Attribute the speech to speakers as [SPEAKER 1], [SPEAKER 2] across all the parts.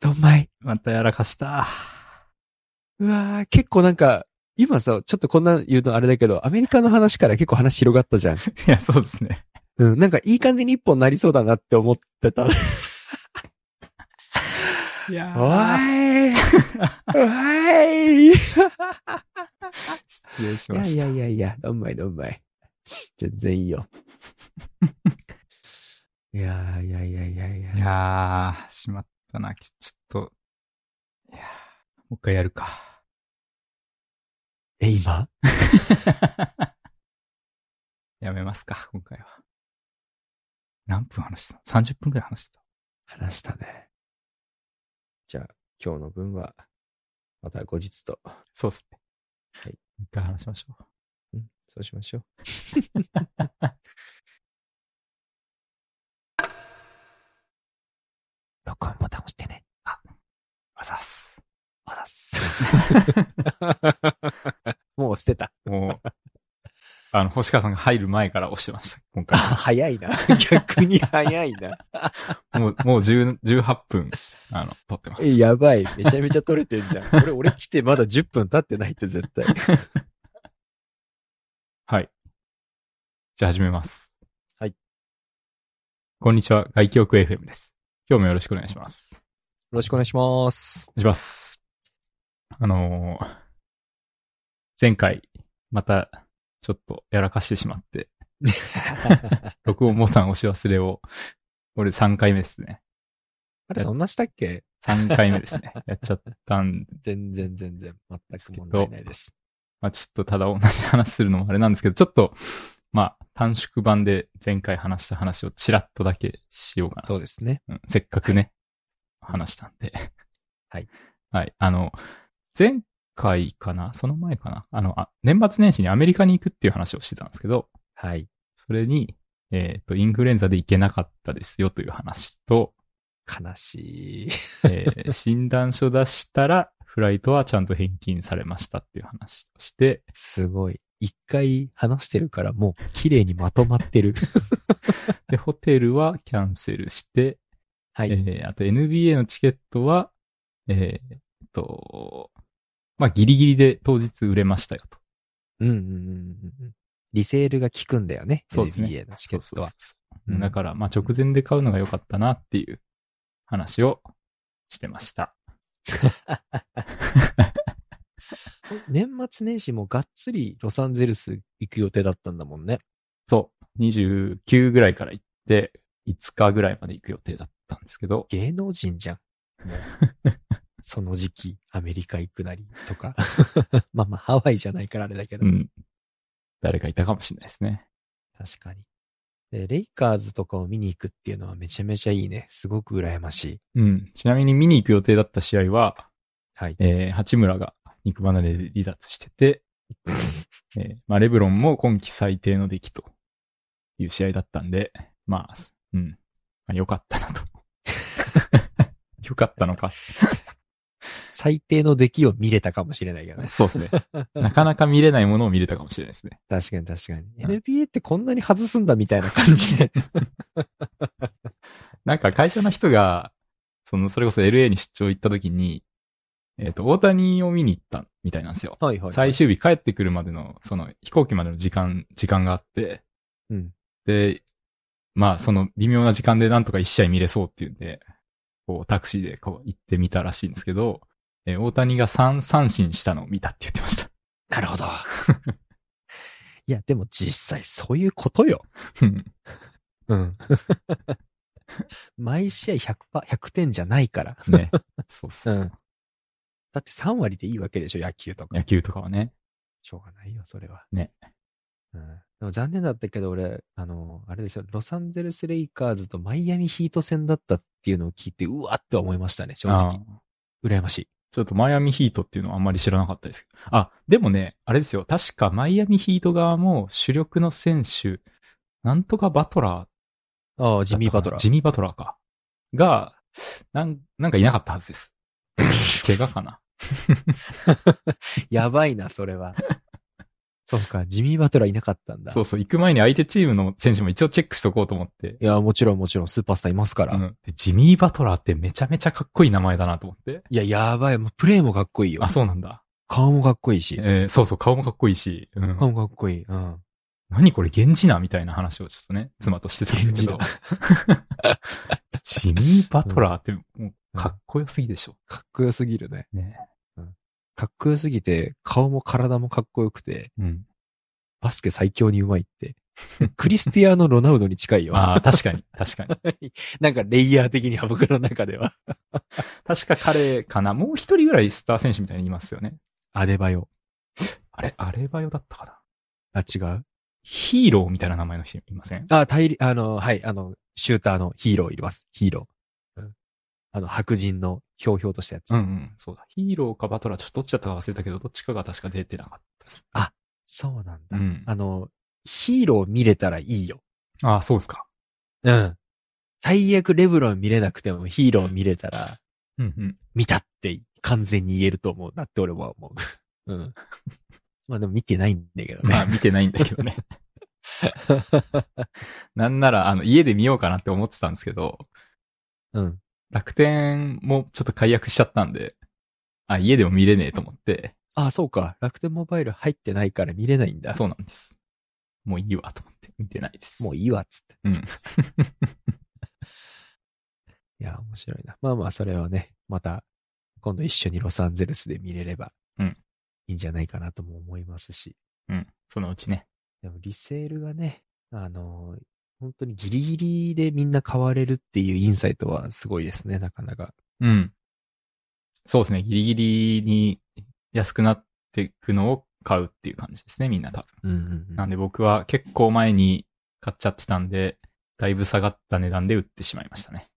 [SPEAKER 1] ドンマイ。
[SPEAKER 2] またやらかした。
[SPEAKER 1] うわー、結構なんか、今さ、ちょっとこんなん言うのあれだけど、アメリカの話から結構話広がった じゃん。
[SPEAKER 2] いや、そうですね。
[SPEAKER 1] うん、なんかいい感じに一本なりそうだなって思ってた。おい
[SPEAKER 2] いや
[SPEAKER 1] おいい
[SPEAKER 2] 失礼しま
[SPEAKER 1] や
[SPEAKER 2] し
[SPEAKER 1] い
[SPEAKER 2] た。
[SPEAKER 1] やいやいや、ドンマイドンマイ。全然いい よ。いやーいやいやいやいや。
[SPEAKER 2] いやー、しまったな。きちょっと、いやーもう一回やるか。
[SPEAKER 1] え、今
[SPEAKER 2] やめますか、今回は。何分話した ?30 分くらい話した。
[SPEAKER 1] 話したね。じゃあ、今日の分は、また後日と。
[SPEAKER 2] そうっすね。
[SPEAKER 1] はい。
[SPEAKER 2] 一回話しましょう。
[SPEAKER 1] うん、そうしましょう。 録音ボタン押してね。
[SPEAKER 2] あざっす。
[SPEAKER 1] あらっす。 もう押してた。
[SPEAKER 2] もう、 あの、星川さんが入る前から押してました、今
[SPEAKER 1] あ
[SPEAKER 2] 回。
[SPEAKER 1] 早いな。 逆に早いな。
[SPEAKER 2] もう、もう10 18分、あの、撮ってま す。
[SPEAKER 1] えやばい。めちゃめちゃ取れてんじゃ ん。俺、俺来てまだ10分経ってないって絶対。
[SPEAKER 2] はい。じゃあ始めます。
[SPEAKER 1] はい。
[SPEAKER 2] こんにちは、外記憶 FM です。今日もよろしくお願いします。
[SPEAKER 1] よろしくお願いします。
[SPEAKER 2] お願いします。あのー前回、また、ちょっとやらかしてしま って、録音ボタン押し忘れを、俺3回目ですね。
[SPEAKER 1] あれ、そんなしたっけ
[SPEAKER 2] 3回目です ね。やっちゃったんで、
[SPEAKER 1] 全然全然。全く問題ないです。
[SPEAKER 2] まあちょっとただ同じ話するのもあれなんですけど、ちょっと、まあ短縮版で前回話した話をちらっとだけしようかな。
[SPEAKER 1] そうですね。
[SPEAKER 2] うんせっかくね、話したんで。
[SPEAKER 1] はい。
[SPEAKER 2] はい。あの、前回かなその前かなあのあ、年末年始にアメリカに行くっていう話をしてたんですけど、
[SPEAKER 1] はい。
[SPEAKER 2] それに、えっ、と、インフルエンザで行けなかったですよという話と、
[SPEAKER 1] 悲しい。
[SPEAKER 2] え ー診断書出したら、フライトはちゃんと返金されましたっていう話をして、
[SPEAKER 1] すごい。一回話してるからもう綺麗にまとまって る。
[SPEAKER 2] で、ホテルはキャンセルして、
[SPEAKER 1] は
[SPEAKER 2] え
[SPEAKER 1] い。
[SPEAKER 2] ーあと NBA のチケットは、えーっと、まあ、ギリギリで当日売れましたよと。
[SPEAKER 1] うんうんうんうんうん。リセールが効くんだよね。
[SPEAKER 2] そうですね
[SPEAKER 1] NBA のチケットは。
[SPEAKER 2] そうそう
[SPEAKER 1] う
[SPEAKER 2] そうんだから、まあ、直前で買うのが良かったなっていう話をしてました。
[SPEAKER 1] 年末年始もがっつりロサンゼルス行く予定だったんだもんね。
[SPEAKER 2] そう。29ぐらいから行って、5日ぐらいまで行く予定だったんですけど、
[SPEAKER 1] 芸能人じゃん。もう その時期、アメリカ行くなりとか。まあまあ、ハワイじゃないからあれだけど。
[SPEAKER 2] うん。誰かいたかもしれないですね。
[SPEAKER 1] 確かに。で、レイカーズとかを見に行くっていうのはめちゃめちゃいいね。すごく羨ましい。
[SPEAKER 2] うん。ちなみに見に行く予定だった試合は、
[SPEAKER 1] はい。
[SPEAKER 2] えー八村が肉離れで離脱してて、えーまあ、レブロンも今季最低の出来という試合だったんで、まあ、うん。まあ、良かったなと。 良かったのか。
[SPEAKER 1] 最低の出来を見れたかもしれないけどね。
[SPEAKER 2] そうですね。なかなか見れないものを見れたかもしれないですね。
[SPEAKER 1] 確かに確かに。
[SPEAKER 2] うん
[SPEAKER 1] NBA ってこんなに外すんだみたいな感じで。
[SPEAKER 2] なんか会社の人が、その、それこそ LA に出張行った時に、えっ、と、大谷を見に行ったみたいなんですよ。
[SPEAKER 1] はいは
[SPEAKER 2] 最。終日帰ってくるまでの、その、飛行機までの時間、時間があって、
[SPEAKER 1] うん。
[SPEAKER 2] で、まあ、その微妙な時間でなんとか一試合見れそうっていうんで、こう、タクシーでこう行ってみたらしいんですけど、えー大谷が3三振したのを見たって言ってました。
[SPEAKER 1] なるほど。 いや、でも実際そういうことよ。
[SPEAKER 2] うん
[SPEAKER 1] うん。 毎試合100%、100点じゃないから。
[SPEAKER 2] ね。そうっす、
[SPEAKER 1] うんだって3割でいいわけでしょ、野球とか。
[SPEAKER 2] 野球とかはね。
[SPEAKER 1] しょうがないよ、それは。
[SPEAKER 2] ね。
[SPEAKER 1] うん。でも残念だったけど、俺、あの、あれですよ、ロサンゼルスレイカーズとマイアミヒート戦だったっていうのを聞いて、うわって思いましたね、正
[SPEAKER 2] あ
[SPEAKER 1] 直
[SPEAKER 2] ー。
[SPEAKER 1] 羨ましい。
[SPEAKER 2] ちょっとマイアミヒートっていうのはあんまり知らなかったですけど。あ、でもね、あれですよ。確かマイアミヒート側も主力の選手、なんとかバトラー
[SPEAKER 1] ああ、
[SPEAKER 2] だったかな
[SPEAKER 1] ジミー・バトラー。
[SPEAKER 2] ジミーバトラーか。が、なん、なんかいなかったはずです。怪我かな。
[SPEAKER 1] やばいな、それは。そうか、ジミー・バトラーいなかったんだ。
[SPEAKER 2] そうそう、行く前に相手チームの選手も一応チェックしとこうと思って。
[SPEAKER 1] いや、もちろんもちろん、スーパースターいますから。
[SPEAKER 2] うんでジミー・バトラーってめちゃめちゃかっこいい名前だなと思って。
[SPEAKER 1] いや、やばい。もうプレイもかっこいいよ
[SPEAKER 2] あ、。そうなんだ。
[SPEAKER 1] 顔もかっこいいし。
[SPEAKER 2] えーそうそう、顔もかっこいいし。うん
[SPEAKER 1] 顔もかっこいい。うん。
[SPEAKER 2] 何これ、源氏なみたいな話をちょっとね、妻としてたんだけど。 ジミー・バトラーって、もう、かっこよすぎでしょ。
[SPEAKER 1] かっこよすぎるね。
[SPEAKER 2] ね。
[SPEAKER 1] かっこよすぎて、顔も体もかっこよくて、
[SPEAKER 2] うん。
[SPEAKER 1] バスケ最強にうまい って。クリスティアーノ・ロナウドに近いよ。
[SPEAKER 2] ああ、確かに、確かに。
[SPEAKER 1] なんかレイヤー的には僕の中で は。
[SPEAKER 2] 確か彼かな。もう一人ぐらいスター選手みたいにいますよね。
[SPEAKER 1] アデバヨ。
[SPEAKER 2] あれ、アレバヨだったか
[SPEAKER 1] あ、
[SPEAKER 2] な。
[SPEAKER 1] 違う
[SPEAKER 2] ヒーローみたいな名前の人いません
[SPEAKER 1] あ、大理、あの、はい、あの、シューターのヒーローいます。ヒーロー。うんあの、白人のひょうひょうとしたやつ。
[SPEAKER 2] うんうん、そうだ。ヒーローかバトラー、ちょっとどっちだったか忘れたけど、どっちかが確か出てなかったです。
[SPEAKER 1] そうなん
[SPEAKER 2] う
[SPEAKER 1] だ。
[SPEAKER 2] ん。
[SPEAKER 1] あの、ヒーロー見れたらいいよ。
[SPEAKER 2] ああ、そうですか。
[SPEAKER 1] うん。最悪レブロン見れなくてもヒーロー見れたら、
[SPEAKER 2] うんうん。
[SPEAKER 1] 見たって完全に言えると思うなって俺は思 う。うん。まあでも見てないんだけどね。
[SPEAKER 2] まあ見てないんだけ どね。なんなら、あの、家で見ようかなって思ってたんですけど、
[SPEAKER 1] うん。
[SPEAKER 2] 楽天もちょっと解約しちゃったんで、あ、家でも見れねえと思って、
[SPEAKER 1] あそうか。楽天モバイル入ってないから見れないんだ。
[SPEAKER 2] そうなんです。もういいわと思って見てないです。
[SPEAKER 1] もういいわ、つって。
[SPEAKER 2] うん
[SPEAKER 1] い や、面白いな。まあまあ、それはね、また、今度一緒にロサンゼルスで見れれば、
[SPEAKER 2] うん
[SPEAKER 1] いいんじゃないかなとも思いますし。
[SPEAKER 2] うん。そのうちね。
[SPEAKER 1] でも、リセールがね、あのー本当にギリギリでみんな買われるっていうインサイトはすごいですね、なかなか。
[SPEAKER 2] うん。そうですね。ギリギリに安くなっていくのを買うっていう感じですね、みんな多分。
[SPEAKER 1] うんうんうん
[SPEAKER 2] なんで僕は結構前に買っちゃってたんで、だいぶ下がった値段で売ってしまいましたね。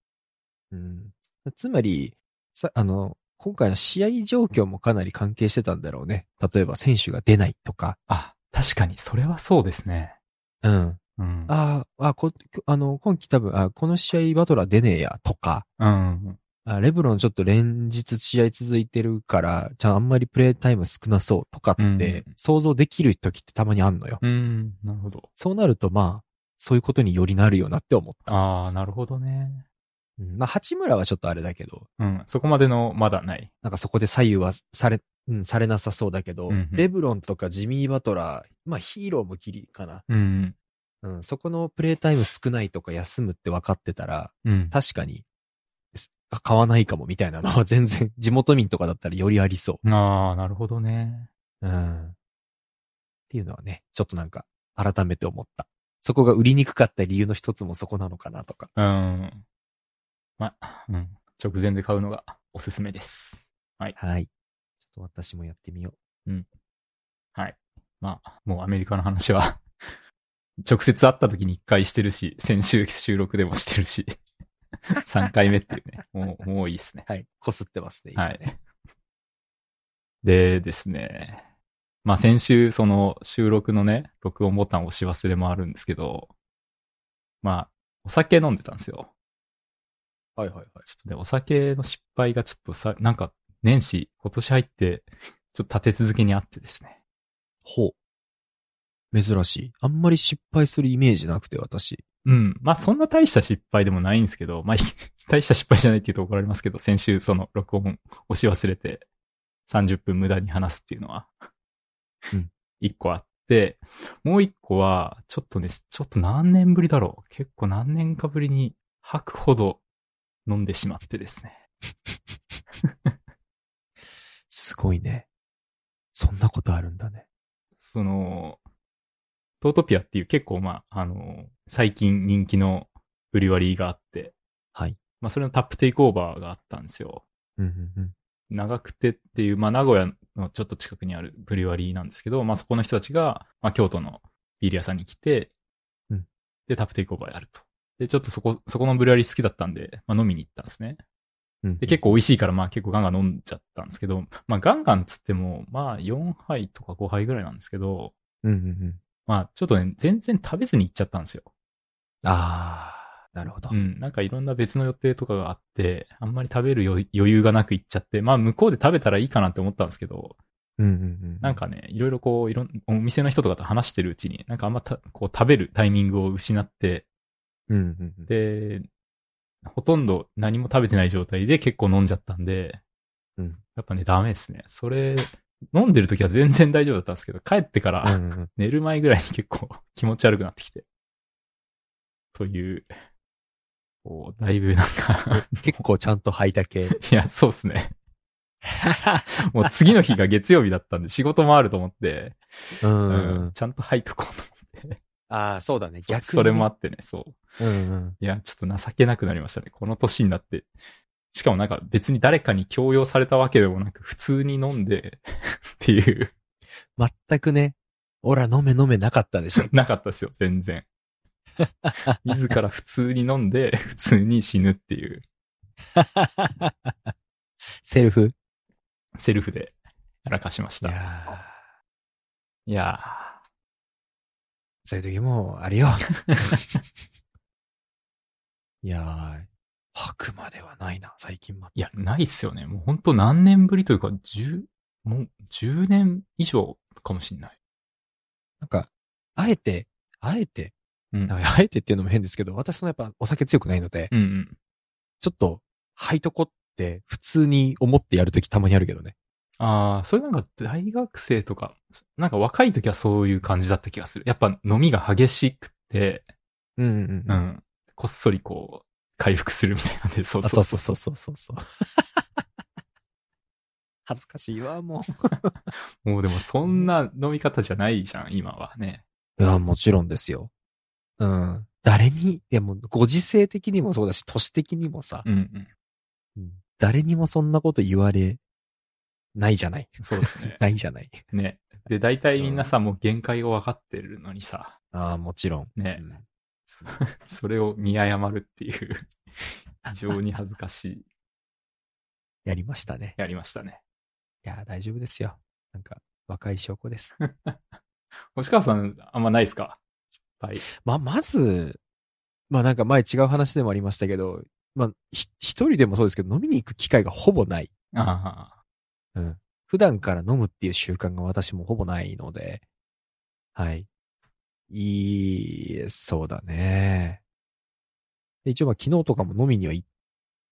[SPEAKER 1] うん、つまりさ、あの、今回の試合状況もかなり関係してたんだろうね。例えば選手が出ないとか。
[SPEAKER 2] あ、確かに、それはそうですね。
[SPEAKER 1] うん。
[SPEAKER 2] うん。
[SPEAKER 1] あーあ、こ、あの、今季多分、あこの試合バトラー出ねえや、とか。
[SPEAKER 2] うん。
[SPEAKER 1] あレブロンちょっと連日試合続いてるから、じゃああんまりプレイタイム少なそうとかっ
[SPEAKER 2] うん
[SPEAKER 1] て想像できる時ってたまにあんのよ。
[SPEAKER 2] うん、なるほど。
[SPEAKER 1] そうなるとまあ、そういうことによりなるよなって思った。
[SPEAKER 2] ああ、なるほどね。
[SPEAKER 1] うんまあ、八村はちょっとあれだけど、
[SPEAKER 2] うん、そこまでの、まだない。
[SPEAKER 1] なんかそこで左右はされ、うん、されなさそうだけど、
[SPEAKER 2] うんうん
[SPEAKER 1] レブロンとかジミー・バトラー、まあヒーローもギリかな。
[SPEAKER 2] うん。
[SPEAKER 1] うん、そこのプレイタイム少ないとか休むって分かってたら、
[SPEAKER 2] うん。
[SPEAKER 1] 確かに、すあ買わないかもみたいなのは全然地元民とかだったらよりありそ
[SPEAKER 2] ああ、なるほどね。
[SPEAKER 1] う。うん。っていうのはね、ちょっとなんか改めて思った。そこが売りにくかった理由の一つもそこなのかなとか。
[SPEAKER 2] うん。ま、うん。直前で買うのがおすすめです。
[SPEAKER 1] はい。ちょっと私もやってみよう。
[SPEAKER 2] はい。まあ、もうアメリカの話は、直接会った時に一回してるし、先週収録でもしてるし、3回目っていうね。もう、もういいっすね。
[SPEAKER 1] はい。こすってますね。
[SPEAKER 2] はい。でですね。まあ先週、その収録のね、録音ボタンを押し忘れもあるんですけど、まあ、お酒飲んでたんですよ。
[SPEAKER 1] はいはいはい。
[SPEAKER 2] ちょっとね、お酒の失敗がちょっとさ、なんか、年始、今年入って、ちょっと立て続けにあってですね。
[SPEAKER 1] ほう。珍しい。あんまり失敗するイメージなくて、私。
[SPEAKER 2] うん。まあ、そんな大した失敗でもないんですけど、まあ、い 大した失敗じゃないって言うと怒られますけど、先週その録音押し忘れて30分無駄に話すっていうのは、
[SPEAKER 1] うん。
[SPEAKER 2] 一個あって、もう一個は、ちょっとね、ちょっと何年ぶりだろう。結構何年かぶりに吐くほど飲んでしまってですね。
[SPEAKER 1] すごいね。そんなことあるんだね。
[SPEAKER 2] その、トートピアっていう結構まあ、あの、最近人気のブリュワリーがあって、
[SPEAKER 1] はい。
[SPEAKER 2] まあそれのタップテイクオーバーがあったんですよ。
[SPEAKER 1] うんうんうん。
[SPEAKER 2] 長久手っていう、まあ、名古屋のちょっと近くにあるブリュワリーなんですけど、まあ、そこの人たちが、まあ、京都のビール屋さんに来て、
[SPEAKER 1] うん
[SPEAKER 2] で、タップテイクオーバーやると。で、ちょっとそこ、そこのブリュワリー好きだったんで、まあ、飲みに行ったんですね。
[SPEAKER 1] うん、
[SPEAKER 2] で、結構美味しいから、まあ、結構ガンガン飲んじゃったんですけど、まあ、ガンガンつっても、まあ、4杯とか5杯ぐらいなんですけど、
[SPEAKER 1] うんうんうん。
[SPEAKER 2] まあ、ちょっとね、全然食べずに行っちゃったんですよ。
[SPEAKER 1] あー、なるほど。
[SPEAKER 2] うん、なんかいろんな別の予定とかがあって、あんまり食べる余余裕がなく行っちゃって、まあ向こうで食べたらいいかなって思ったんですけど、
[SPEAKER 1] うんうん
[SPEAKER 2] なんかね、いろいろこう、いろん、お店の人とかと話してるうちに、なんかあんまた、こう食べるタイミングを失って、
[SPEAKER 1] うん。うんうんうん。
[SPEAKER 2] で、ほとんど何も食べてない状態で結構飲んじゃったんで、
[SPEAKER 1] うん
[SPEAKER 2] やっぱね、ダメですね。それ、飲んでる時は全然大丈夫だったんですけど、帰ってか
[SPEAKER 1] うん
[SPEAKER 2] ら
[SPEAKER 1] うんうん
[SPEAKER 2] 寝る前ぐらいに結構 気持ち悪くなってきて。という、こう、だいぶ なんか、
[SPEAKER 1] 結構ちゃんと履いた 系。
[SPEAKER 2] いや、そうで すね。もう次の日が月曜日だったんで仕事もあると思って、
[SPEAKER 1] うんう
[SPEAKER 2] うん
[SPEAKER 1] うん
[SPEAKER 2] ん、ちゃんと吐いとこうと思って。
[SPEAKER 1] ああ、そうだね。
[SPEAKER 2] そ
[SPEAKER 1] 逆
[SPEAKER 2] う
[SPEAKER 1] にね。
[SPEAKER 2] それもあってね、そう。
[SPEAKER 1] うんうん。
[SPEAKER 2] いや、ちょっと情けなくなりましたね。この年になって。しかもなんか別に誰かに強要されたわけでもなく、普通に飲んで っていう、
[SPEAKER 1] 全くね、オラ飲め飲めなかったでし ょ。
[SPEAKER 2] なかったですよ、全然。自ら普通に飲んで、普通に死ぬっていう、
[SPEAKER 1] セルフ。
[SPEAKER 2] セルフでやらかしまし
[SPEAKER 1] い
[SPEAKER 2] た。いや
[SPEAKER 1] や
[SPEAKER 2] ー
[SPEAKER 1] ーそういう時も、あれよ。 いやー、吐くまではないな、最近まで。
[SPEAKER 2] いや、ないっすよね。もうほんと何年ぶりというか、10、もう10年以上かもしんない。
[SPEAKER 1] なんか、あえて、あえて、
[SPEAKER 2] うん。
[SPEAKER 1] なんかあえてっていうのも変ですけど、私そのやっぱお酒強くないので、
[SPEAKER 2] うんうん。
[SPEAKER 1] ちょっと、吐いとこって、普通に思ってやるときたまにあるけどね。
[SPEAKER 2] ああ、それなんか大学生とか、なんか若い時はそういう感じだった気がする。やっぱ飲みが激しくて、
[SPEAKER 1] うんうん
[SPEAKER 2] う。ん、こっそりこう、回復するみたいなんで、そう
[SPEAKER 1] あ
[SPEAKER 2] そ
[SPEAKER 1] そうう
[SPEAKER 2] そ
[SPEAKER 1] そうう
[SPEAKER 2] そ
[SPEAKER 1] そうう。そうそうそう。 恥ずかしいわ、も
[SPEAKER 2] もうでもそんな飲み方じゃないじゃん、今はね。
[SPEAKER 1] う。いや、もちろんですよ。うん。誰に、いやもう、ご時世的にもそうだし、都市的にもさ、
[SPEAKER 2] うんうん。
[SPEAKER 1] 誰にもそんなこと言われ、ないじゃない。。
[SPEAKER 2] そうですね
[SPEAKER 1] ないじゃない。
[SPEAKER 2] ね。で、大体みんなさ、もう限界を分かってるのにさ、
[SPEAKER 1] ああ、もちろん。
[SPEAKER 2] ね
[SPEAKER 1] う、ん
[SPEAKER 2] それを見誤るって いう、非常に恥ずかしい、
[SPEAKER 1] やりましたね。
[SPEAKER 2] やりましたね。
[SPEAKER 1] いや、大丈夫ですよ。なんか、若い証拠です。
[SPEAKER 2] 星川さん、あんまないっすか失敗。
[SPEAKER 1] ま、まず、まあなんか前違う話でもありましたけど、まあ、ひ一人でもそうですけど、飲みに行く機会がほぼない。
[SPEAKER 2] ああ。
[SPEAKER 1] うん。普段から飲むっていう習慣が私もほぼないので、はい。いい、そうだね。で一応まあ昨日とかも飲みには行っ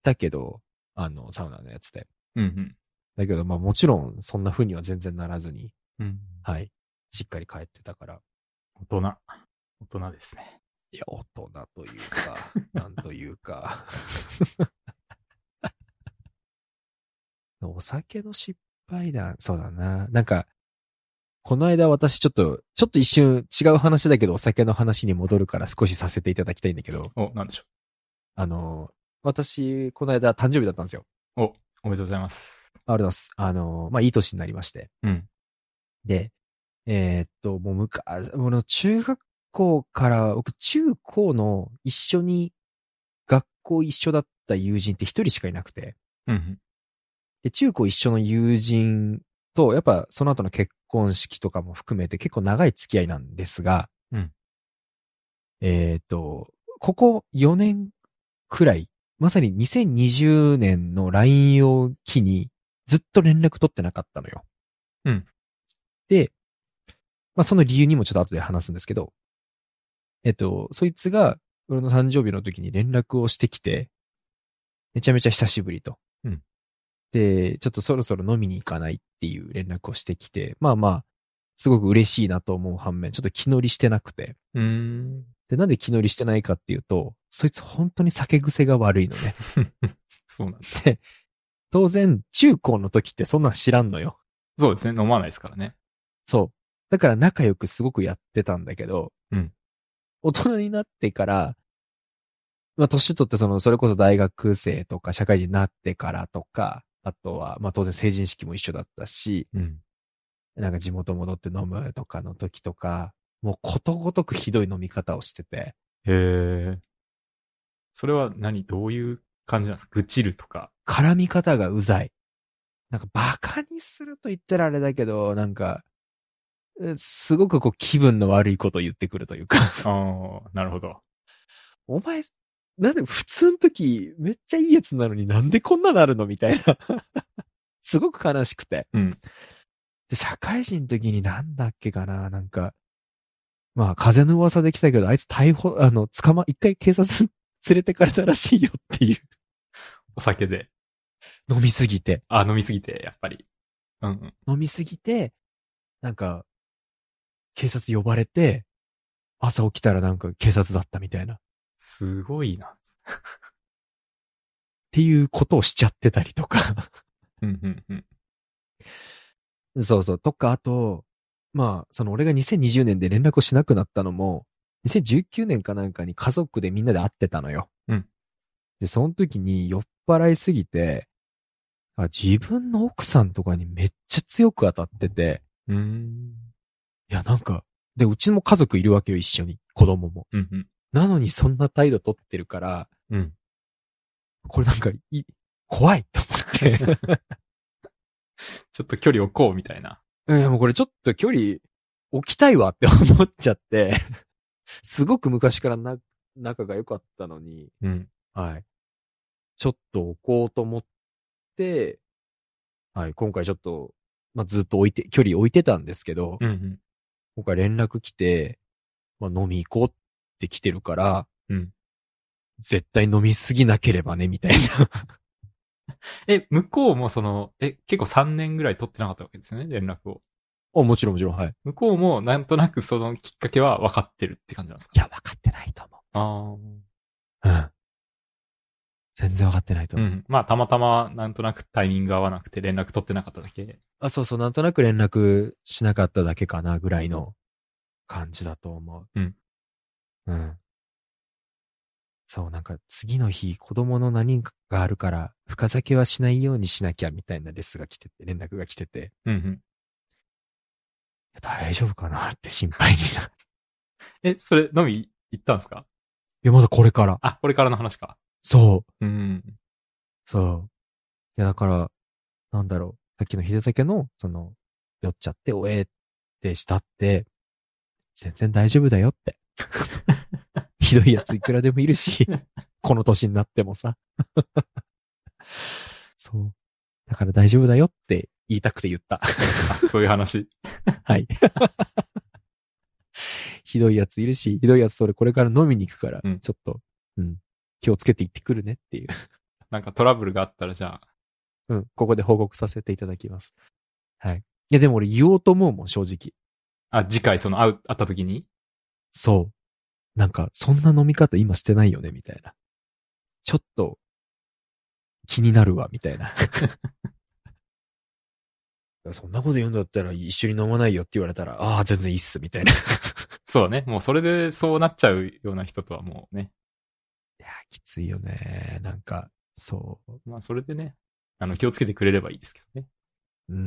[SPEAKER 1] たけど、あの、サウナのやつで。
[SPEAKER 2] うんうん。
[SPEAKER 1] だけどまあもちろんそんな風には全然ならずに、
[SPEAKER 2] うん。
[SPEAKER 1] はい。しっかり帰ってたから。
[SPEAKER 2] 大人。大人ですね。
[SPEAKER 1] いや、大人という か、なんというか。 お酒の失敗談、そうだな。なんか、この間私ちょっと、ちょっと一瞬違う話だけどお酒の話に戻るから少しさせていただきたいんだけど、
[SPEAKER 2] お、なんでしょ
[SPEAKER 1] あの、私、この間誕生日だったんですよ。
[SPEAKER 2] う。お、おめでとうございます。
[SPEAKER 1] ありがとうございます。あの、まあ、いい年になりまして。
[SPEAKER 2] うん。
[SPEAKER 1] で、えーっと、もう昔、俺の中学校から、僕中高の一緒に学校一緒だった友人って一人しかいなくて、
[SPEAKER 2] うん。
[SPEAKER 1] で、中高一緒の友人と、やっぱその後の結婚式とかも含めて結構長い付き合いなんですが、
[SPEAKER 2] うん
[SPEAKER 1] えーっと、ここ4年くらい、まさに2020年の LINE を機に、ずっと連絡取ってなかったのよ。
[SPEAKER 2] うん。
[SPEAKER 1] で、まあ、その理由にもちょっと後で話すんですけど、えっと、そいつが、俺の誕生日の時に連絡をしてきて、めちゃめちゃ久しぶりと。
[SPEAKER 2] うん。
[SPEAKER 1] で、ちょっとそろそろ飲みに行かないっていう連絡をしてきて、まあまあ、すごく嬉しいなと思う反面、ちょっと気乗りしてなくて。
[SPEAKER 2] うーん。
[SPEAKER 1] で、なんで気乗りしてないかっていうと、そいつ本当に酒癖が悪いのね。
[SPEAKER 2] そうなんだ。
[SPEAKER 1] 当然、中高の時ってそんなん知らんのよ。
[SPEAKER 2] そうですね。飲まないですからね。
[SPEAKER 1] そう。だから仲良くすごくやってたんだけど、
[SPEAKER 2] うん
[SPEAKER 1] 大人になってから、まあ、年取ってその、それこそ大学生とか社会人になってからとか、あとは、まあ、当然成人式も一緒だったし、
[SPEAKER 2] うん。
[SPEAKER 1] なんか地元戻って飲むとかの時とか、もうことごとくひどい飲み方をしてて、
[SPEAKER 2] へえ。それは何どういう感じなんですか愚痴るとか。
[SPEAKER 1] 絡み方がうざい。なんかバカにすると言ったらあれだけど、なんか、えすごくこう気分の悪いことを言ってくるというか。
[SPEAKER 2] ああ、なるほど。
[SPEAKER 1] お前、なんで普通の時めっちゃいいやつ なのになんでこんななるのみたいな。すごく悲しくて。
[SPEAKER 2] うん
[SPEAKER 1] で、社会人の時になんだっけかな、なんか、まあ、風の噂で来たけど、あいつ逮捕、あの、捕ま、一回警察 連れてかれたらしいよっていう。
[SPEAKER 2] お酒で。
[SPEAKER 1] 飲みすぎて。
[SPEAKER 2] あ、飲みすぎて、やっぱり。うんうん。
[SPEAKER 1] 飲みすぎて、なんか、警察呼ばれて、朝起きたらなんか警察だったみたいな。っ
[SPEAKER 2] すごいな。
[SPEAKER 1] ていうことをしちゃってたりとか。
[SPEAKER 2] うんうんうん。
[SPEAKER 1] そうそう。とか、あと、まあ、その俺が2020年で連絡をしなくなったのも、2019年かなんかに家族でみんなで会ってたのよ。
[SPEAKER 2] うん。
[SPEAKER 1] で、その時に酔っ払いすぎて、あ自分の奥さんとかにめっちゃ強く当たってて、
[SPEAKER 2] うーん。
[SPEAKER 1] いや、なんか、で、うちも家族いるわけよ、一緒に。子供も。
[SPEAKER 2] うんうん。
[SPEAKER 1] なのにそんな態度取ってるから、
[SPEAKER 2] うん。
[SPEAKER 1] これなんか、い、怖いと思って。
[SPEAKER 2] ちょっと距離置こうみたいな。
[SPEAKER 1] いや、もうこれちょっと距離置きたいわって思っちゃって、 すごく昔からな、仲が良かったのに、
[SPEAKER 2] うん。
[SPEAKER 1] はい。ちょっと置こうと思って、はい、今回ちょっと、まあ、ずっと置いて、距離置いてたんですけど、
[SPEAKER 2] うんうん。
[SPEAKER 1] 今回連絡来て、まあ、飲み行こうって来てるから、
[SPEAKER 2] うん
[SPEAKER 1] 絶対飲みすぎなければね、みたい な。
[SPEAKER 2] え、向こうもその、え、結構3年ぐらい取ってなかったわけですよね、連絡を。
[SPEAKER 1] あ、もちろんもちろん、はい。
[SPEAKER 2] 向こうもなんとなくそのきっかけは分かってるって感じなんですか
[SPEAKER 1] いや、分かってないと思
[SPEAKER 2] あ
[SPEAKER 1] う。うん。全然分かってないと
[SPEAKER 2] あ。う
[SPEAKER 1] 思う。
[SPEAKER 2] ん。まあ、たまたまなんとなくタイミングが合わなくて連絡取ってなかっただけ。
[SPEAKER 1] あ、そうそう、なんとなく連絡しなかっただけかな、ぐらいの感じだと思う。
[SPEAKER 2] うん。
[SPEAKER 1] うん。そう、なんか次の日、子供の何かがあるから、深酒はしないようにしなきゃ、みたいなレスが来てて、連絡が来てて、い
[SPEAKER 2] うんうん。
[SPEAKER 1] や大丈夫かなって心配にな る。
[SPEAKER 2] え、それ飲み行ったんですか
[SPEAKER 1] いや、まだこれから。
[SPEAKER 2] あ、これからの話か。
[SPEAKER 1] そう。
[SPEAKER 2] うん。
[SPEAKER 1] そう。いや、だから、なんだろう。さっきの秀武の、その、酔っちゃって、おえってしたって、全然大丈夫だよ って。ひどいやついくらでもいるし、この年になってもさ。そう。だから大丈夫だよって言いたくて言った。
[SPEAKER 2] あそういう話。
[SPEAKER 1] はい。ひどいやついるし、ひどいやつと俺これから飲みに行くから、
[SPEAKER 2] うん
[SPEAKER 1] ちょっと、うん、気をつけて行ってくるねっていう。
[SPEAKER 2] なんかトラブルがあったらじゃあ、
[SPEAKER 1] うん、ここで報告させていただきます。はい。いや、でも俺言おうと思うもん、正直。
[SPEAKER 2] あ、次回その会う、会った時に
[SPEAKER 1] そう。なんか、そんな飲み方今してないよね、みたいな。ちょっと、気になるわ、みたいな。 そんなこと言うんだったら一緒に飲まないよって言われたら、ああ、全然いいっす、みたいな。い
[SPEAKER 2] そうね。もうそれでそうなっちゃうような人とはもうね。
[SPEAKER 1] や、きついよね。なんか、そ
[SPEAKER 2] まあそれでね、あの気をつけてくれればいいですけどね。
[SPEAKER 1] う。うん、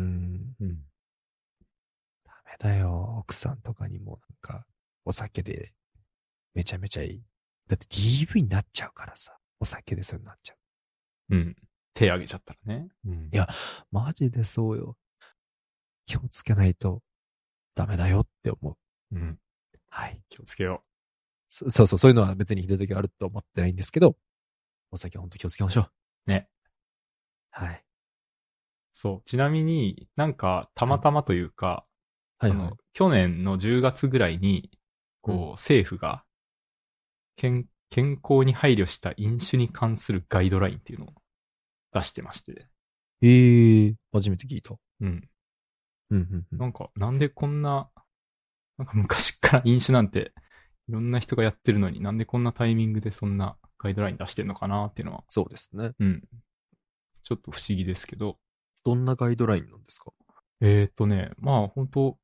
[SPEAKER 2] うん。
[SPEAKER 1] ダメだよ。奥さんとかにも、なんか、お酒で、めちゃめちゃいい。だって DV になっちゃうからさ。お酒でそうになっちゃう。
[SPEAKER 2] うん。手挙げちゃったらね。うん
[SPEAKER 1] いやマジでそうよ。気をつけないと、ダメだよって思う。
[SPEAKER 2] うん。
[SPEAKER 1] はい。
[SPEAKER 2] 気をつけよ
[SPEAKER 1] そそうそう、そういうのは別にひどい時あると思ってないんですけど、お酒は本当気をつけましょう。
[SPEAKER 2] ね。
[SPEAKER 1] はい。
[SPEAKER 2] う。そう。ちなみになんかたまたまというか、
[SPEAKER 1] はい、
[SPEAKER 2] そ
[SPEAKER 1] はい
[SPEAKER 2] の。去年の10月ぐらいに、こう、
[SPEAKER 1] うん
[SPEAKER 2] 政府が健、健康に配慮した飲酒に関するガイドラインっていうのを出してまして。
[SPEAKER 1] えー、初めて聞いた。
[SPEAKER 2] うん。
[SPEAKER 1] うん、うん、うん。
[SPEAKER 2] なんか、なんでこんな、なんか昔から飲酒なんて、いろんな人がやってるのに、なんでこんなタイミングでそんなガイドライン出してんのかなっていうのは、
[SPEAKER 1] そうですね。
[SPEAKER 2] うん。ちょっと不思議ですけど。
[SPEAKER 1] どんなガイドラインなんですか
[SPEAKER 2] えーっとね、まあ本当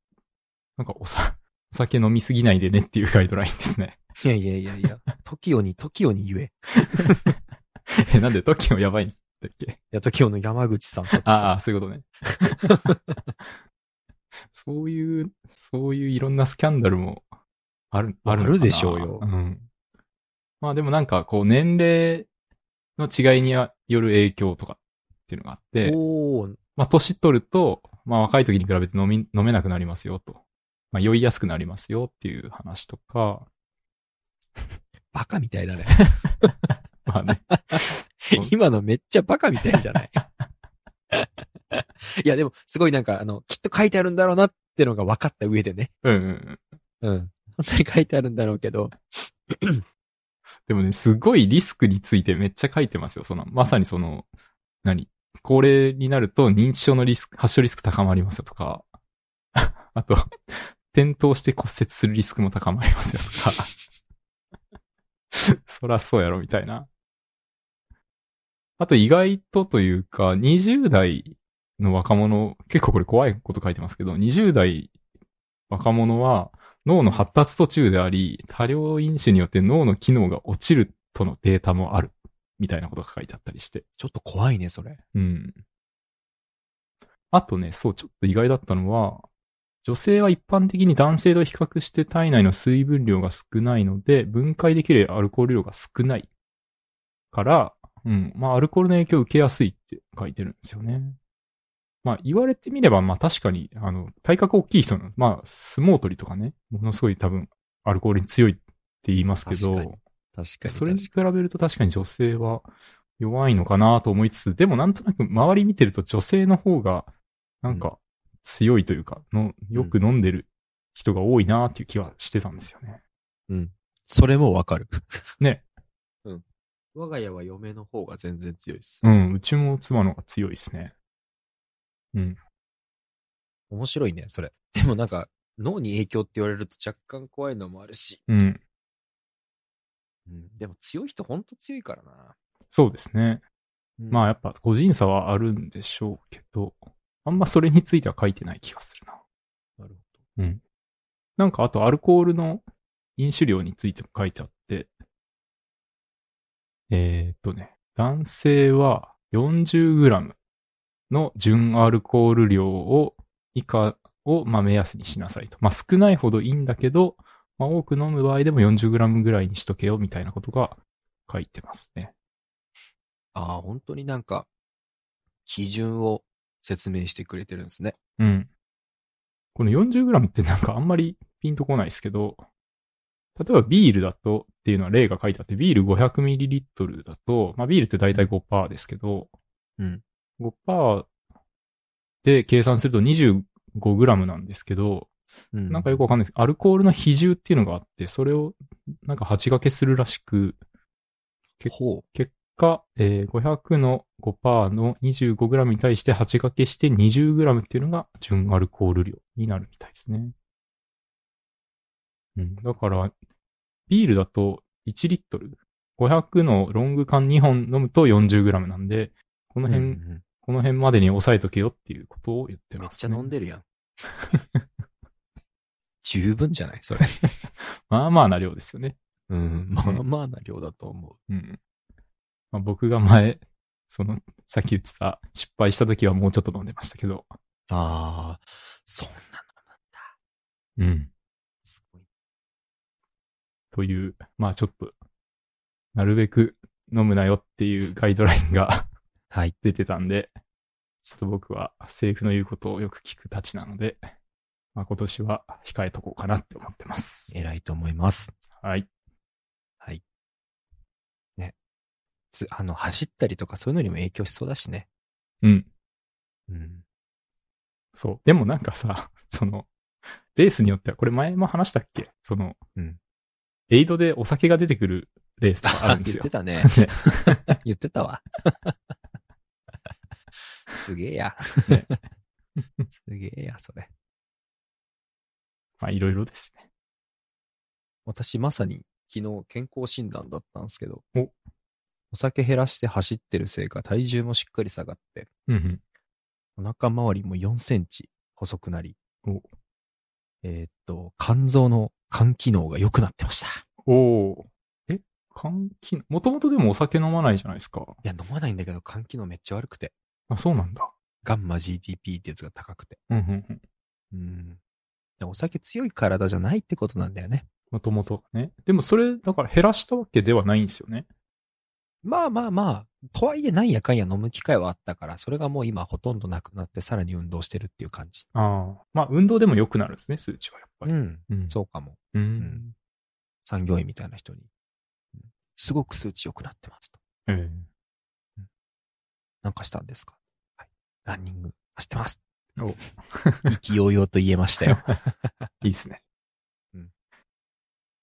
[SPEAKER 2] なんかおさ、 お酒飲みすぎないでねっていうガイドラインですね。
[SPEAKER 1] いやいやいやいや、TOKIO に、TOKIO に言え。い
[SPEAKER 2] えなんで時もやばいんだっけ
[SPEAKER 1] や、TOKIO の山口さんとかさ
[SPEAKER 2] ああ、そういうこ とね。そういう、そういういろんなスキャンダルもある、あるのかな
[SPEAKER 1] あるでしょうよ
[SPEAKER 2] うん。まあでもなんか、こう、年齢の違いによる影響とかっていうのがあって、
[SPEAKER 1] おー
[SPEAKER 2] まあ年取ると、まあ若い時に比べて飲み、飲めなくなりますよと。まあ酔いやすくなりますよっていう話とか、
[SPEAKER 1] バカみたいだね。
[SPEAKER 2] まあね。そう
[SPEAKER 1] 今のめっちゃバカみたいじゃないいや、でも、すごいなんか、あの、きっと書いてあるんだろうなってのが分かった上でね。
[SPEAKER 2] うんうんうん。
[SPEAKER 1] うん。本当に書いてあるんだろうけど。
[SPEAKER 2] でもね、すごいリスクについてめっちゃ書いてますよ。その、まさにその、何高齢になると認知症のリスク、発症リスク高まりますよとか、 あと、転倒して骨折するリスクも高まりますよとか、 そらそうやろみたいな。あと意外とというか、20代の若者、結構これ怖いこと書いてますけど、20代若者は、脳の発達途中であり、多量飲酒によって脳の機能が落ちるとのデータもある。みたいなことが書いてあったりして。
[SPEAKER 1] ちょっと怖いね、それ。
[SPEAKER 2] うん。あとね、そう、ちょっと意外だったのは、女性は一般的に男性と比較して体内の水分量が少ないので、分解できるアルコール量が少ない。から、うん、まあアルコールの影響を受けやすいって書いてるんですよね。まあ言われてみれば、まあ確かに、あの、体格大きい人の、まあ相撲取りとかね、ものすごい多分アルコールに強いって言いますけ
[SPEAKER 1] 確かに
[SPEAKER 2] ど、
[SPEAKER 1] 確かに。
[SPEAKER 2] それに比べると確かに女性は弱いのかなと思いつつ、でもなんとなく周り見てると女性の方がなんか強いというか、のよく飲んでる人が多いなっていう気はしてたんですよね。
[SPEAKER 1] うん。それもわかる。
[SPEAKER 2] ね。
[SPEAKER 1] うん。我が家は嫁の方が全然強いです。
[SPEAKER 2] うん、うちも妻の方が強いですね。うん。
[SPEAKER 1] 面白いね、それ。でもなんか、脳に影響って言われると若干怖いのもあるし。
[SPEAKER 2] うん。
[SPEAKER 1] うん。でも強い人ほんと強いからな。
[SPEAKER 2] そうですね。まあ
[SPEAKER 1] あ、
[SPEAKER 2] やっぱ個人差はあるんでしょうけど、あんまそれについては書いてない気がするな。
[SPEAKER 1] なるほど。
[SPEAKER 2] なんかあとアルコールの飲酒量についても書いてあって、えーっとね、男性は 40g の純アルコール量を以下をまあ目安にしなさいと。まあ少ないほどいいんだけど、まあ多く飲む場合でも 40g ぐらいにしとけよみたいなことが書いてますね。
[SPEAKER 1] ああ、本当になんか、基準を説明してくれてるんですね。
[SPEAKER 2] うん。この 40g ってなんかあんまりピンとこないですけど、例えばビールだとっていうのは例が書いてあって、ビール 500ml だと、まあビールって大体5%ですけど、
[SPEAKER 1] うん。
[SPEAKER 2] 5%で計算すると 25g なんですけど、
[SPEAKER 1] うん
[SPEAKER 2] なんかよくわかんないですけど、アルコールの比重っていうのがあって、それをなんか8掛けするらしく、結
[SPEAKER 1] ほ
[SPEAKER 2] 結果、えー500の5%の 25g に対して8掛けして 20g っていうのが純アルコール量になるみたいですね。うん。だから、ビールだと1リットル、500のロング缶2本飲むと 40g なんで、こ
[SPEAKER 1] う。
[SPEAKER 2] の辺、
[SPEAKER 1] うんうん
[SPEAKER 2] この辺までに抑えとけよっていうことを言って
[SPEAKER 1] めっ
[SPEAKER 2] ます、
[SPEAKER 1] ちゃ
[SPEAKER 2] ね。
[SPEAKER 1] 飲んでるや ん。十分じゃないそれ。
[SPEAKER 2] まあまあな量ですよね。
[SPEAKER 1] うん。まあまあな量だと思
[SPEAKER 2] うん。まあ、僕が前、その、さっき言ってた、失敗した時はもうちょっと飲んでましたけど。
[SPEAKER 1] う。ああ、そんなのなんだ。
[SPEAKER 2] うん。
[SPEAKER 1] すごい。
[SPEAKER 2] という、まあちょっと、なるべく飲むなよっていうガイドラインが
[SPEAKER 1] はい。
[SPEAKER 2] 出てたんで、ちょっと僕は政府の言うことをよく聞くたちなので、まあ今年は控えとこうかなって思ってます。
[SPEAKER 1] 偉いと思います。
[SPEAKER 2] はい。
[SPEAKER 1] はい。ね。つ、あの、走ったりとかそういうのにも影響しそうだしね。
[SPEAKER 2] うん。
[SPEAKER 1] うん。
[SPEAKER 2] そう。でもなんかさ、その、レースによっては、これ前も話したっけその、
[SPEAKER 1] うん
[SPEAKER 2] エイドでお酒が出てくるレースとかあるんで
[SPEAKER 1] 言っ
[SPEAKER 2] す よ
[SPEAKER 1] て。たね。言ってた わ。すげえや。
[SPEAKER 2] ね
[SPEAKER 1] すげえや、それ。
[SPEAKER 2] まあいろいろですね。
[SPEAKER 1] 私まさに昨日健康診断だったんですけど、
[SPEAKER 2] お
[SPEAKER 1] お酒減らして走ってるせいか体重もしっかり下がって、
[SPEAKER 2] うん
[SPEAKER 1] お腹周りも4センチ細くなり
[SPEAKER 2] お、
[SPEAKER 1] えーっと、肝臓の肝機能が良くなってました。
[SPEAKER 2] うん。おお。え換気もともとでもお酒飲まないじゃないですか。
[SPEAKER 1] いや、飲まないんだけど肝機能めっちゃ悪くて、
[SPEAKER 2] あ、そうなんだ。
[SPEAKER 1] ガンマ GTP ってやつが高くて。
[SPEAKER 2] うんうんうん。
[SPEAKER 1] うん。でお酒強い体じゃないってことなんだよね。
[SPEAKER 2] もともとね。でもそれ、だから減らしたわけではないんですよね。
[SPEAKER 1] まあまあまあ、とはいえなんやかんや飲む機会はあったから、それがもう今ほとんどなくなって、さらに運動してるっていう感じ。
[SPEAKER 2] ああ。まあ運動でも良くなるんですね、数値はやっぱ
[SPEAKER 1] う
[SPEAKER 2] り。
[SPEAKER 1] ん、
[SPEAKER 2] うん
[SPEAKER 1] そうかも。
[SPEAKER 2] う。うん
[SPEAKER 1] ん。産業医みたいな人に。うんすごく数値良くなってますと。
[SPEAKER 2] ええ
[SPEAKER 1] なんかしたんですかはい。ランニング、走ってます。
[SPEAKER 2] お
[SPEAKER 1] 勢いよと言えました よ。
[SPEAKER 2] いいっすね。
[SPEAKER 1] うん。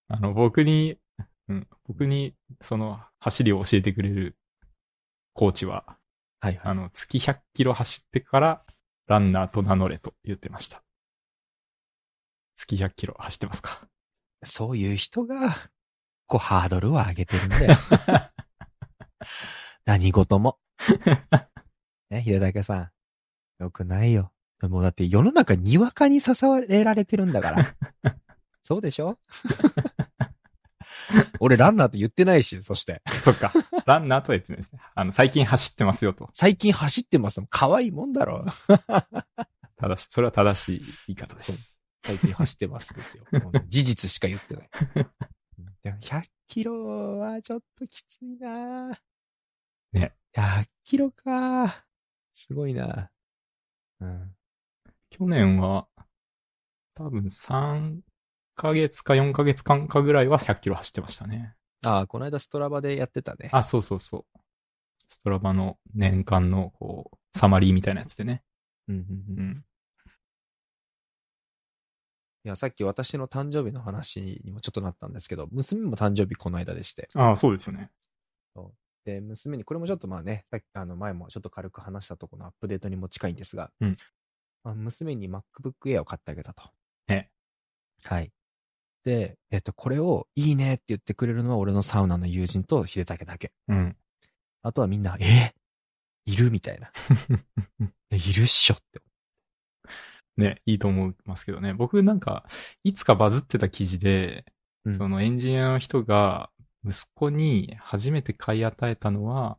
[SPEAKER 2] あの、僕に、うん、僕に、その、走りを教えてくれるコーチは、
[SPEAKER 1] はいは
[SPEAKER 2] あ
[SPEAKER 1] い。
[SPEAKER 2] の、月100キロ走ってから、ランナーと名乗れと言ってました。月100キロ走ってますか。
[SPEAKER 1] そういう人が、こう、ハードルを上げてるんだよ。何事も。ね、秀高さん。よくないよ。でもだって世の中にわかに誘えられてるんだから。そうでしょ俺ランナーって言ってないし、そして。
[SPEAKER 2] そっか。ランナーとは言ってないですね。あの、最近走ってますよと。
[SPEAKER 1] 最近走ってますもん。可愛いもんだろ。
[SPEAKER 2] 正し、それは正しい言い方です。
[SPEAKER 1] 最近走ってますです よ。もう事実しか言ってない。うんでも100キロはちょっときついな
[SPEAKER 2] ね。
[SPEAKER 1] 100キロかすごいなうん。
[SPEAKER 2] 去年は、多分3ヶ月か4ヶ月間かぐらいは100キロ走ってましたね。
[SPEAKER 1] ああ、この間ストラバでやってたね。
[SPEAKER 2] あ、そうそうそう。ストラバの年間の、こう、サマリーみたいなやつでね。
[SPEAKER 1] うんうんう。
[SPEAKER 2] うん
[SPEAKER 1] い
[SPEAKER 2] ん。
[SPEAKER 1] や、さっき私の誕生日の話にもちょっとなったんですけど、娘も誕生日この間でして。
[SPEAKER 2] ああ、そうですよね。
[SPEAKER 1] で、娘に、これもちょっとまあね、さっき、あの、前もちょっと軽く話したところのアップデートにも近いんですが、
[SPEAKER 2] うん
[SPEAKER 1] まあ、娘に MacBook Air を買ってあげたと。
[SPEAKER 2] ね。
[SPEAKER 1] はい。で、えっと、これをいいねって言ってくれるのは俺のサウナの友人と秀武だけ。
[SPEAKER 2] うん。
[SPEAKER 1] あとはみんな、えいるみた いな。えいるっしょって。
[SPEAKER 2] ね、いいと思いますけどね。僕なんか、いつかバズってた記事で、
[SPEAKER 1] うん
[SPEAKER 2] そのエンジニアの人が、息子に初めて買い与えたのは、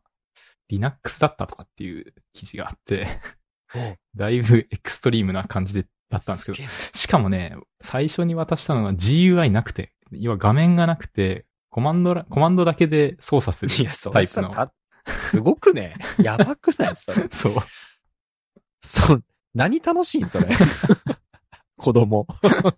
[SPEAKER 2] Linux だったとかっていう記事があって、だいぶエ クストリームな感じで、だったんですけど
[SPEAKER 1] ど。
[SPEAKER 2] しかもね、最初に渡したのが GUI なくて、要は画面がなくて、コマンドら、コマンドだけで操作す
[SPEAKER 1] い
[SPEAKER 2] る
[SPEAKER 1] や、そ
[SPEAKER 2] タ
[SPEAKER 1] れ
[SPEAKER 2] イプ
[SPEAKER 1] さ、
[SPEAKER 2] の。
[SPEAKER 1] たすごくね。やばくないそ れ。
[SPEAKER 2] そう。
[SPEAKER 1] そう、何楽しいん それ。子供。わ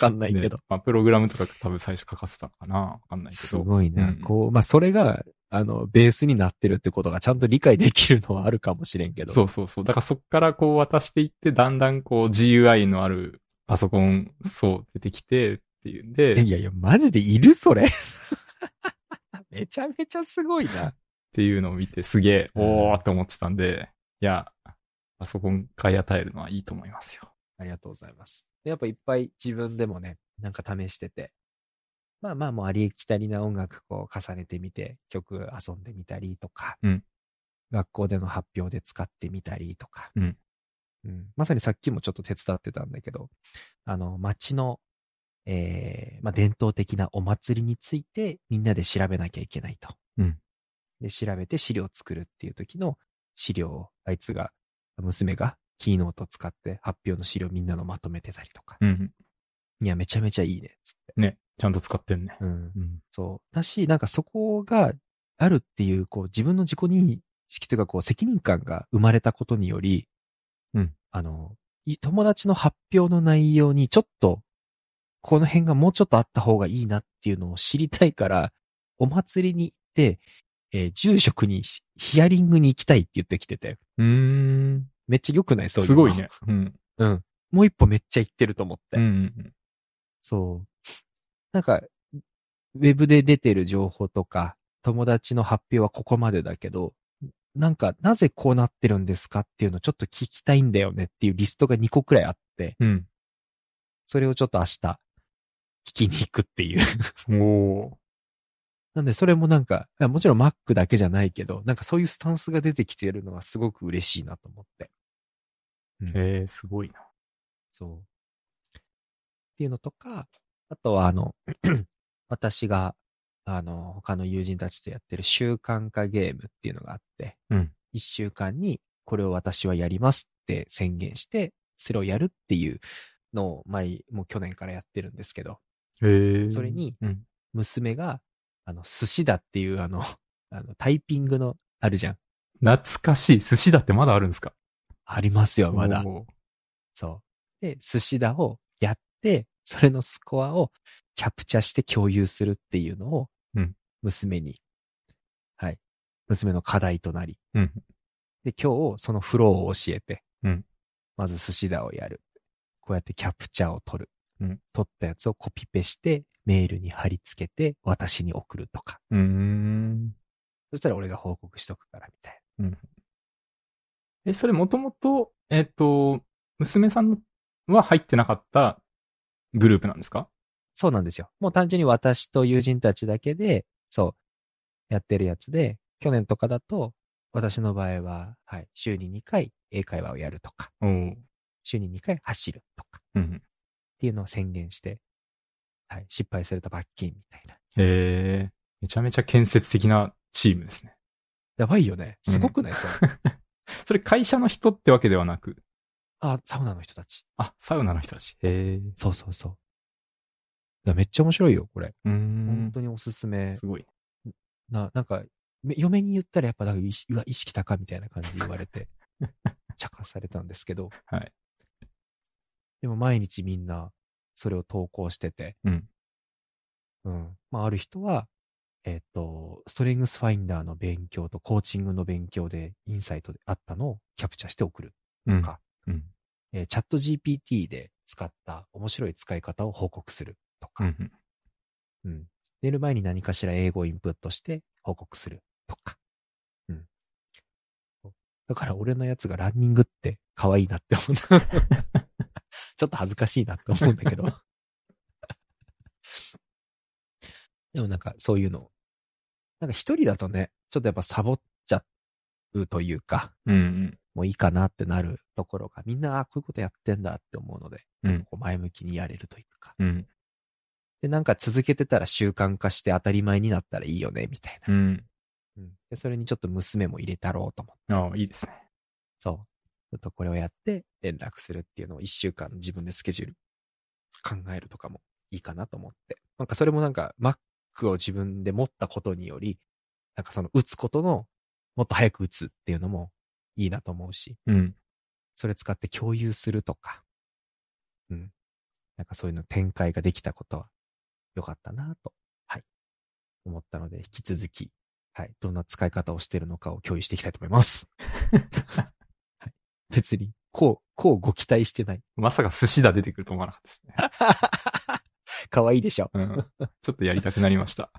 [SPEAKER 1] かんないけど
[SPEAKER 2] で。まあ、プログラムとか多分最初書かせたのかなわかんないけ
[SPEAKER 1] す
[SPEAKER 2] ど。
[SPEAKER 1] ごいね。
[SPEAKER 2] うん
[SPEAKER 1] こう、まあ、それが、あの、ベースになってるってことがちゃんと理解できるのはあるかもしれんけど。
[SPEAKER 2] そうそうそう。だからそっからこう渡していって、だんだんこう GUI のあるパソコン、そう、出てきてっていうんで、っ
[SPEAKER 1] いやいや、マジでいるそれ。 めちゃめちゃすごいな。
[SPEAKER 2] ていうのを見てすげえ、おーって思ってたんで、いや、パソコン買い与えるのはいいと思いますよ。
[SPEAKER 1] ありがとうございます。でやっぱいっぱい自分でもね、なんか試してて。まあまあもうありきたりな音楽こう重ねてみて、曲遊んでみたりとか、
[SPEAKER 2] うん
[SPEAKER 1] 学校での発表で使ってみたりとか、
[SPEAKER 2] うん
[SPEAKER 1] うんまさにさっきもちょっと手伝ってたんだけど、あの、街の、えーまあ、伝統的なお祭りについてみんなで調べなきゃいけないと。
[SPEAKER 2] うん
[SPEAKER 1] で、調べて資料を作るっていう時の資料を、あいつが、娘がキーノート使って発表の資料みんなのまとめてたりとか。
[SPEAKER 2] うん。
[SPEAKER 1] いや、めちゃめちゃいいね。つって
[SPEAKER 2] ね、ちゃんと使ってるね。
[SPEAKER 1] うん。
[SPEAKER 2] うん。
[SPEAKER 1] そう。だし、なんかそこがあるっていう、こう、自分の自己認識というか、こう、責任感が生まれたことにより、
[SPEAKER 2] うん
[SPEAKER 1] あの、い友達の発表の内容にちょっと、この辺がもうちょっとあった方がいいなっていうのを知りたいから、お祭りに行って、えー住職にしヒアリングに行きたいって言ってきてて、
[SPEAKER 2] うーん。
[SPEAKER 1] めっちゃ良くないそういうの
[SPEAKER 2] すごいね。。うん。
[SPEAKER 1] うん。もう一歩めっちゃ行ってると思って。
[SPEAKER 2] うんうん
[SPEAKER 1] そう。なんか、ウェブで出てる情報とか、友達の発表はここまでだけど、なんか、なぜこうなってるんですかっていうのをちょっと聞きたいんだよねっていうリストが2個くらいあって、
[SPEAKER 2] うん。
[SPEAKER 1] それをちょっと明日、聞きに行くっていう。
[SPEAKER 2] うん。おー。
[SPEAKER 1] なんで、それもなんか、いやもちろん Mac だけじゃないけど、なんかそういうスタンスが出てきてるのはすごく嬉しいなと思って。
[SPEAKER 2] えー、すごいな。
[SPEAKER 1] そう。っていうのとか、あとはあの、 私が、あの、他の友人たちとやってる習慣化ゲームっていうのがあって、
[SPEAKER 2] うん
[SPEAKER 1] 一週間にこれを私はやりますって宣言して、それをやるっていうのを前、もう去年からやってるんですけど、
[SPEAKER 2] えー。
[SPEAKER 1] それに、
[SPEAKER 2] うん。
[SPEAKER 1] 娘が、あの、寿司だっていうあの、あのタイピングのあるじゃん。
[SPEAKER 2] 懐かしい。寿司だってまだあるんですか
[SPEAKER 1] ありますよ、まだ。
[SPEAKER 2] おー
[SPEAKER 1] そう。で、寿司だをやって、それのスコアをキャプチャして共有するっていうのを
[SPEAKER 2] うん、
[SPEAKER 1] 娘に、はい。娘の課題となり、
[SPEAKER 2] うん。
[SPEAKER 1] で、今日そのフローを教えて、
[SPEAKER 2] うん
[SPEAKER 1] まず寿司だをやる。こうやってキャプチャーを取る。
[SPEAKER 2] うん
[SPEAKER 1] 取ったやつをコピペして、メールに貼り付けて、私に送るとか。
[SPEAKER 2] うーん。
[SPEAKER 1] そしたら俺が報告しとくから、みたい
[SPEAKER 2] え、それもともと、えっ、と、娘さんは入ってなかったグループなんですか
[SPEAKER 1] な。そうなんですよ。もう単純に私と友人たちだけで、そう、やってるやつで、去年とかだと、私の場合は、はい、週に2回英会話をやるとか、
[SPEAKER 2] おうん。
[SPEAKER 1] 週に2回走るとか、
[SPEAKER 2] うん。
[SPEAKER 1] っていうのを宣言して、はい、失敗すると罰金みたいな。
[SPEAKER 2] えー、めちゃめちゃ建設的なチーム ですね。
[SPEAKER 1] やばいよね。すごくない、それ。
[SPEAKER 2] それ会社の人ってわけではなく、
[SPEAKER 1] あ、サウナの人たち。
[SPEAKER 2] あ、サウナの人たち。へえ。
[SPEAKER 1] そうそうそう。いや、めっちゃ面白いよ、これ。
[SPEAKER 2] うー
[SPEAKER 1] 本
[SPEAKER 2] ん。
[SPEAKER 1] 当におすすめ。
[SPEAKER 2] すごい。
[SPEAKER 1] な、なんか、め嫁に言ったらやっぱなんか意識、うわ、意識高みたいな感じで言われ て、茶化されたんですけど。
[SPEAKER 2] はい。
[SPEAKER 1] でも毎日みんな、それを投稿してて。
[SPEAKER 2] うん。
[SPEAKER 1] うん。まあ、ある人は、えっ、と、ストレングスファインダーの勉強とコーチングの勉強でインサイトであったのをキャプチャーして送る。
[SPEAKER 2] うん
[SPEAKER 1] か
[SPEAKER 2] うん。
[SPEAKER 1] えーチャット GPT で使った面白い使い方を報告すると
[SPEAKER 2] う
[SPEAKER 1] か、
[SPEAKER 2] ん。
[SPEAKER 1] うん寝る前に何かしら英語をインプットして報告するとか。うん、だから俺のやつがランニングって可愛いなって思う。 ちょっと恥ずかしいなって思うんだけど。 でもなんかそういうのを。なんか一人だとね、ちょっとやっぱサボっちゃうというか、
[SPEAKER 2] うん。うん。
[SPEAKER 1] もういいかなってなるところが、みんな、あこういうことやってんだって思うので、
[SPEAKER 2] うん
[SPEAKER 1] なんかこう前向きにやれるというか。
[SPEAKER 2] うん。
[SPEAKER 1] で、なんか続けてたら習慣化して当たり前になったらいいよね、みたいな。
[SPEAKER 2] うん。
[SPEAKER 1] うんでそれにちょっと娘も入れたろうと思って。
[SPEAKER 2] ああ、いいですね。
[SPEAKER 1] そう。ちょっとこれをやって連絡するっていうのを一週間自分でスケジュール考えるとかもいいかなと思って。なんかそれもなんか Mac を自分で持ったことにより、なんかその打つことの、もっと早く打つっていうのもいいなと思うし。
[SPEAKER 2] うん。
[SPEAKER 1] それ使って共有するとか、うん。なんかそういうの展開ができたことは良かったなと、はい。思ったので、引き続き、はい。どんな使い方をしてるのかを共有していきたいと思います。 はい、別に、こう、こうご期待してない。
[SPEAKER 2] まさか寿司だ出てくると思わなかったですね。
[SPEAKER 1] 可愛いでしょ。
[SPEAKER 2] うん。ちょっとやりたくなりました。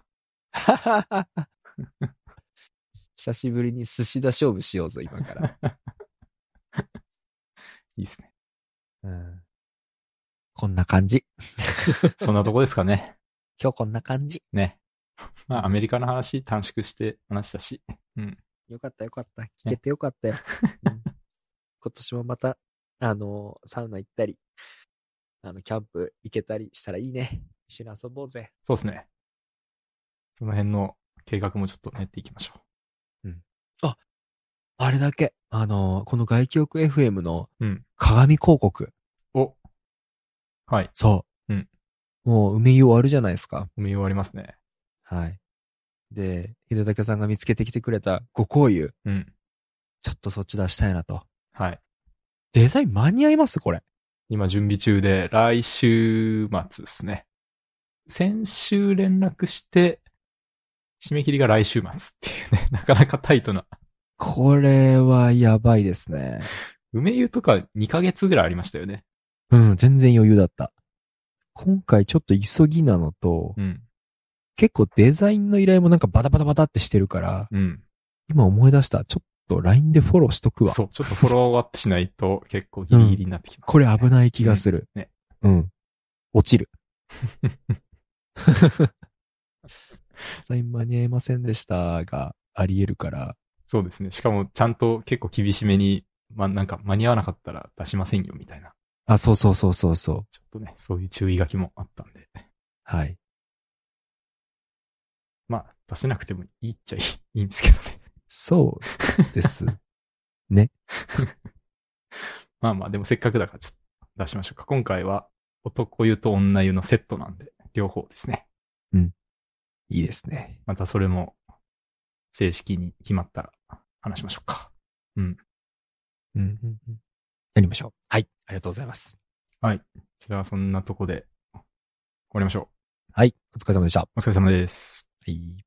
[SPEAKER 1] 久しぶりに寿司だ勝負しようぞ、今から。
[SPEAKER 2] いいですね。
[SPEAKER 1] うん、こんな感じ。
[SPEAKER 2] そんなとこですかね。
[SPEAKER 1] 今日こんな感じ。
[SPEAKER 2] ね。 まあ、アメリカの話短縮して話したし。うん。
[SPEAKER 1] よかったよかった。聞けてよか ったよ。うん今年もまた、あのーサウナ行ったり、あの、キャンプ行けたりしたらいいね。一緒に遊ぼうぜ。
[SPEAKER 2] そうですね。その辺の計画もちょっと練っていきましょ
[SPEAKER 1] あれだけ、あのーこの外記憶 FM の
[SPEAKER 2] う。うん。
[SPEAKER 1] 鏡広告。
[SPEAKER 2] お。はい。
[SPEAKER 1] そう。
[SPEAKER 2] うん
[SPEAKER 1] もう、梅湯終わるじゃないですか。
[SPEAKER 2] お見終わりますね。
[SPEAKER 1] はい。で、秀武さんが見つけてきてくれたご紅湯。
[SPEAKER 2] うん。
[SPEAKER 1] ちょっとそっち出したいなと。
[SPEAKER 2] はい。
[SPEAKER 1] デザイン間に合いますこれ。
[SPEAKER 2] 今準備中で、来週末ですね。先週連絡して、締め切りが来週末っていうね、 なかなかタイトな。
[SPEAKER 1] これはやばいですね。
[SPEAKER 2] 梅湯とか2ヶ月ぐらいありましたよね。
[SPEAKER 1] うん、全然余裕だった。今回ちょっと急ぎなのと、
[SPEAKER 2] うん。
[SPEAKER 1] 結構デザインの依頼もなんかバタバタバタってしてるから、
[SPEAKER 2] うん。
[SPEAKER 1] 今思い出した。ちょっと LINE でフォローしとくわ。
[SPEAKER 2] そう、ちょっとフォローアップしないと結構ギリギリになってきます、
[SPEAKER 1] これ危
[SPEAKER 2] い。
[SPEAKER 1] ない気がする。
[SPEAKER 2] うんね
[SPEAKER 1] うん。落ち る。デザイン間に合いませんでしたが、あり得るから。
[SPEAKER 2] そうですね。しかもちゃんと結構厳しめに、まあなんか間に合わなかったら出しませんよみたいな。
[SPEAKER 1] あ、そうそうそうそうそう。
[SPEAKER 2] ちょっとね、そういう注意書きもあったんで。
[SPEAKER 1] はい。
[SPEAKER 2] まあ、出せなくてもいいっちゃいいいいんですけどね。
[SPEAKER 1] そう です。
[SPEAKER 2] まあまあ、でもせっかくだからちょっと出しましょうか。今回は男湯と女湯のセットなんで、両方ですね。
[SPEAKER 1] いいですね。
[SPEAKER 2] またそれも正式に決まったら話しましょうか。
[SPEAKER 1] うんうんうん。やりましょう。はい。ありがとうございます。
[SPEAKER 2] じゃあそんなとこで終わりましょ
[SPEAKER 1] はい。お疲れ様でした。
[SPEAKER 2] う。お疲れ様です。
[SPEAKER 1] はい。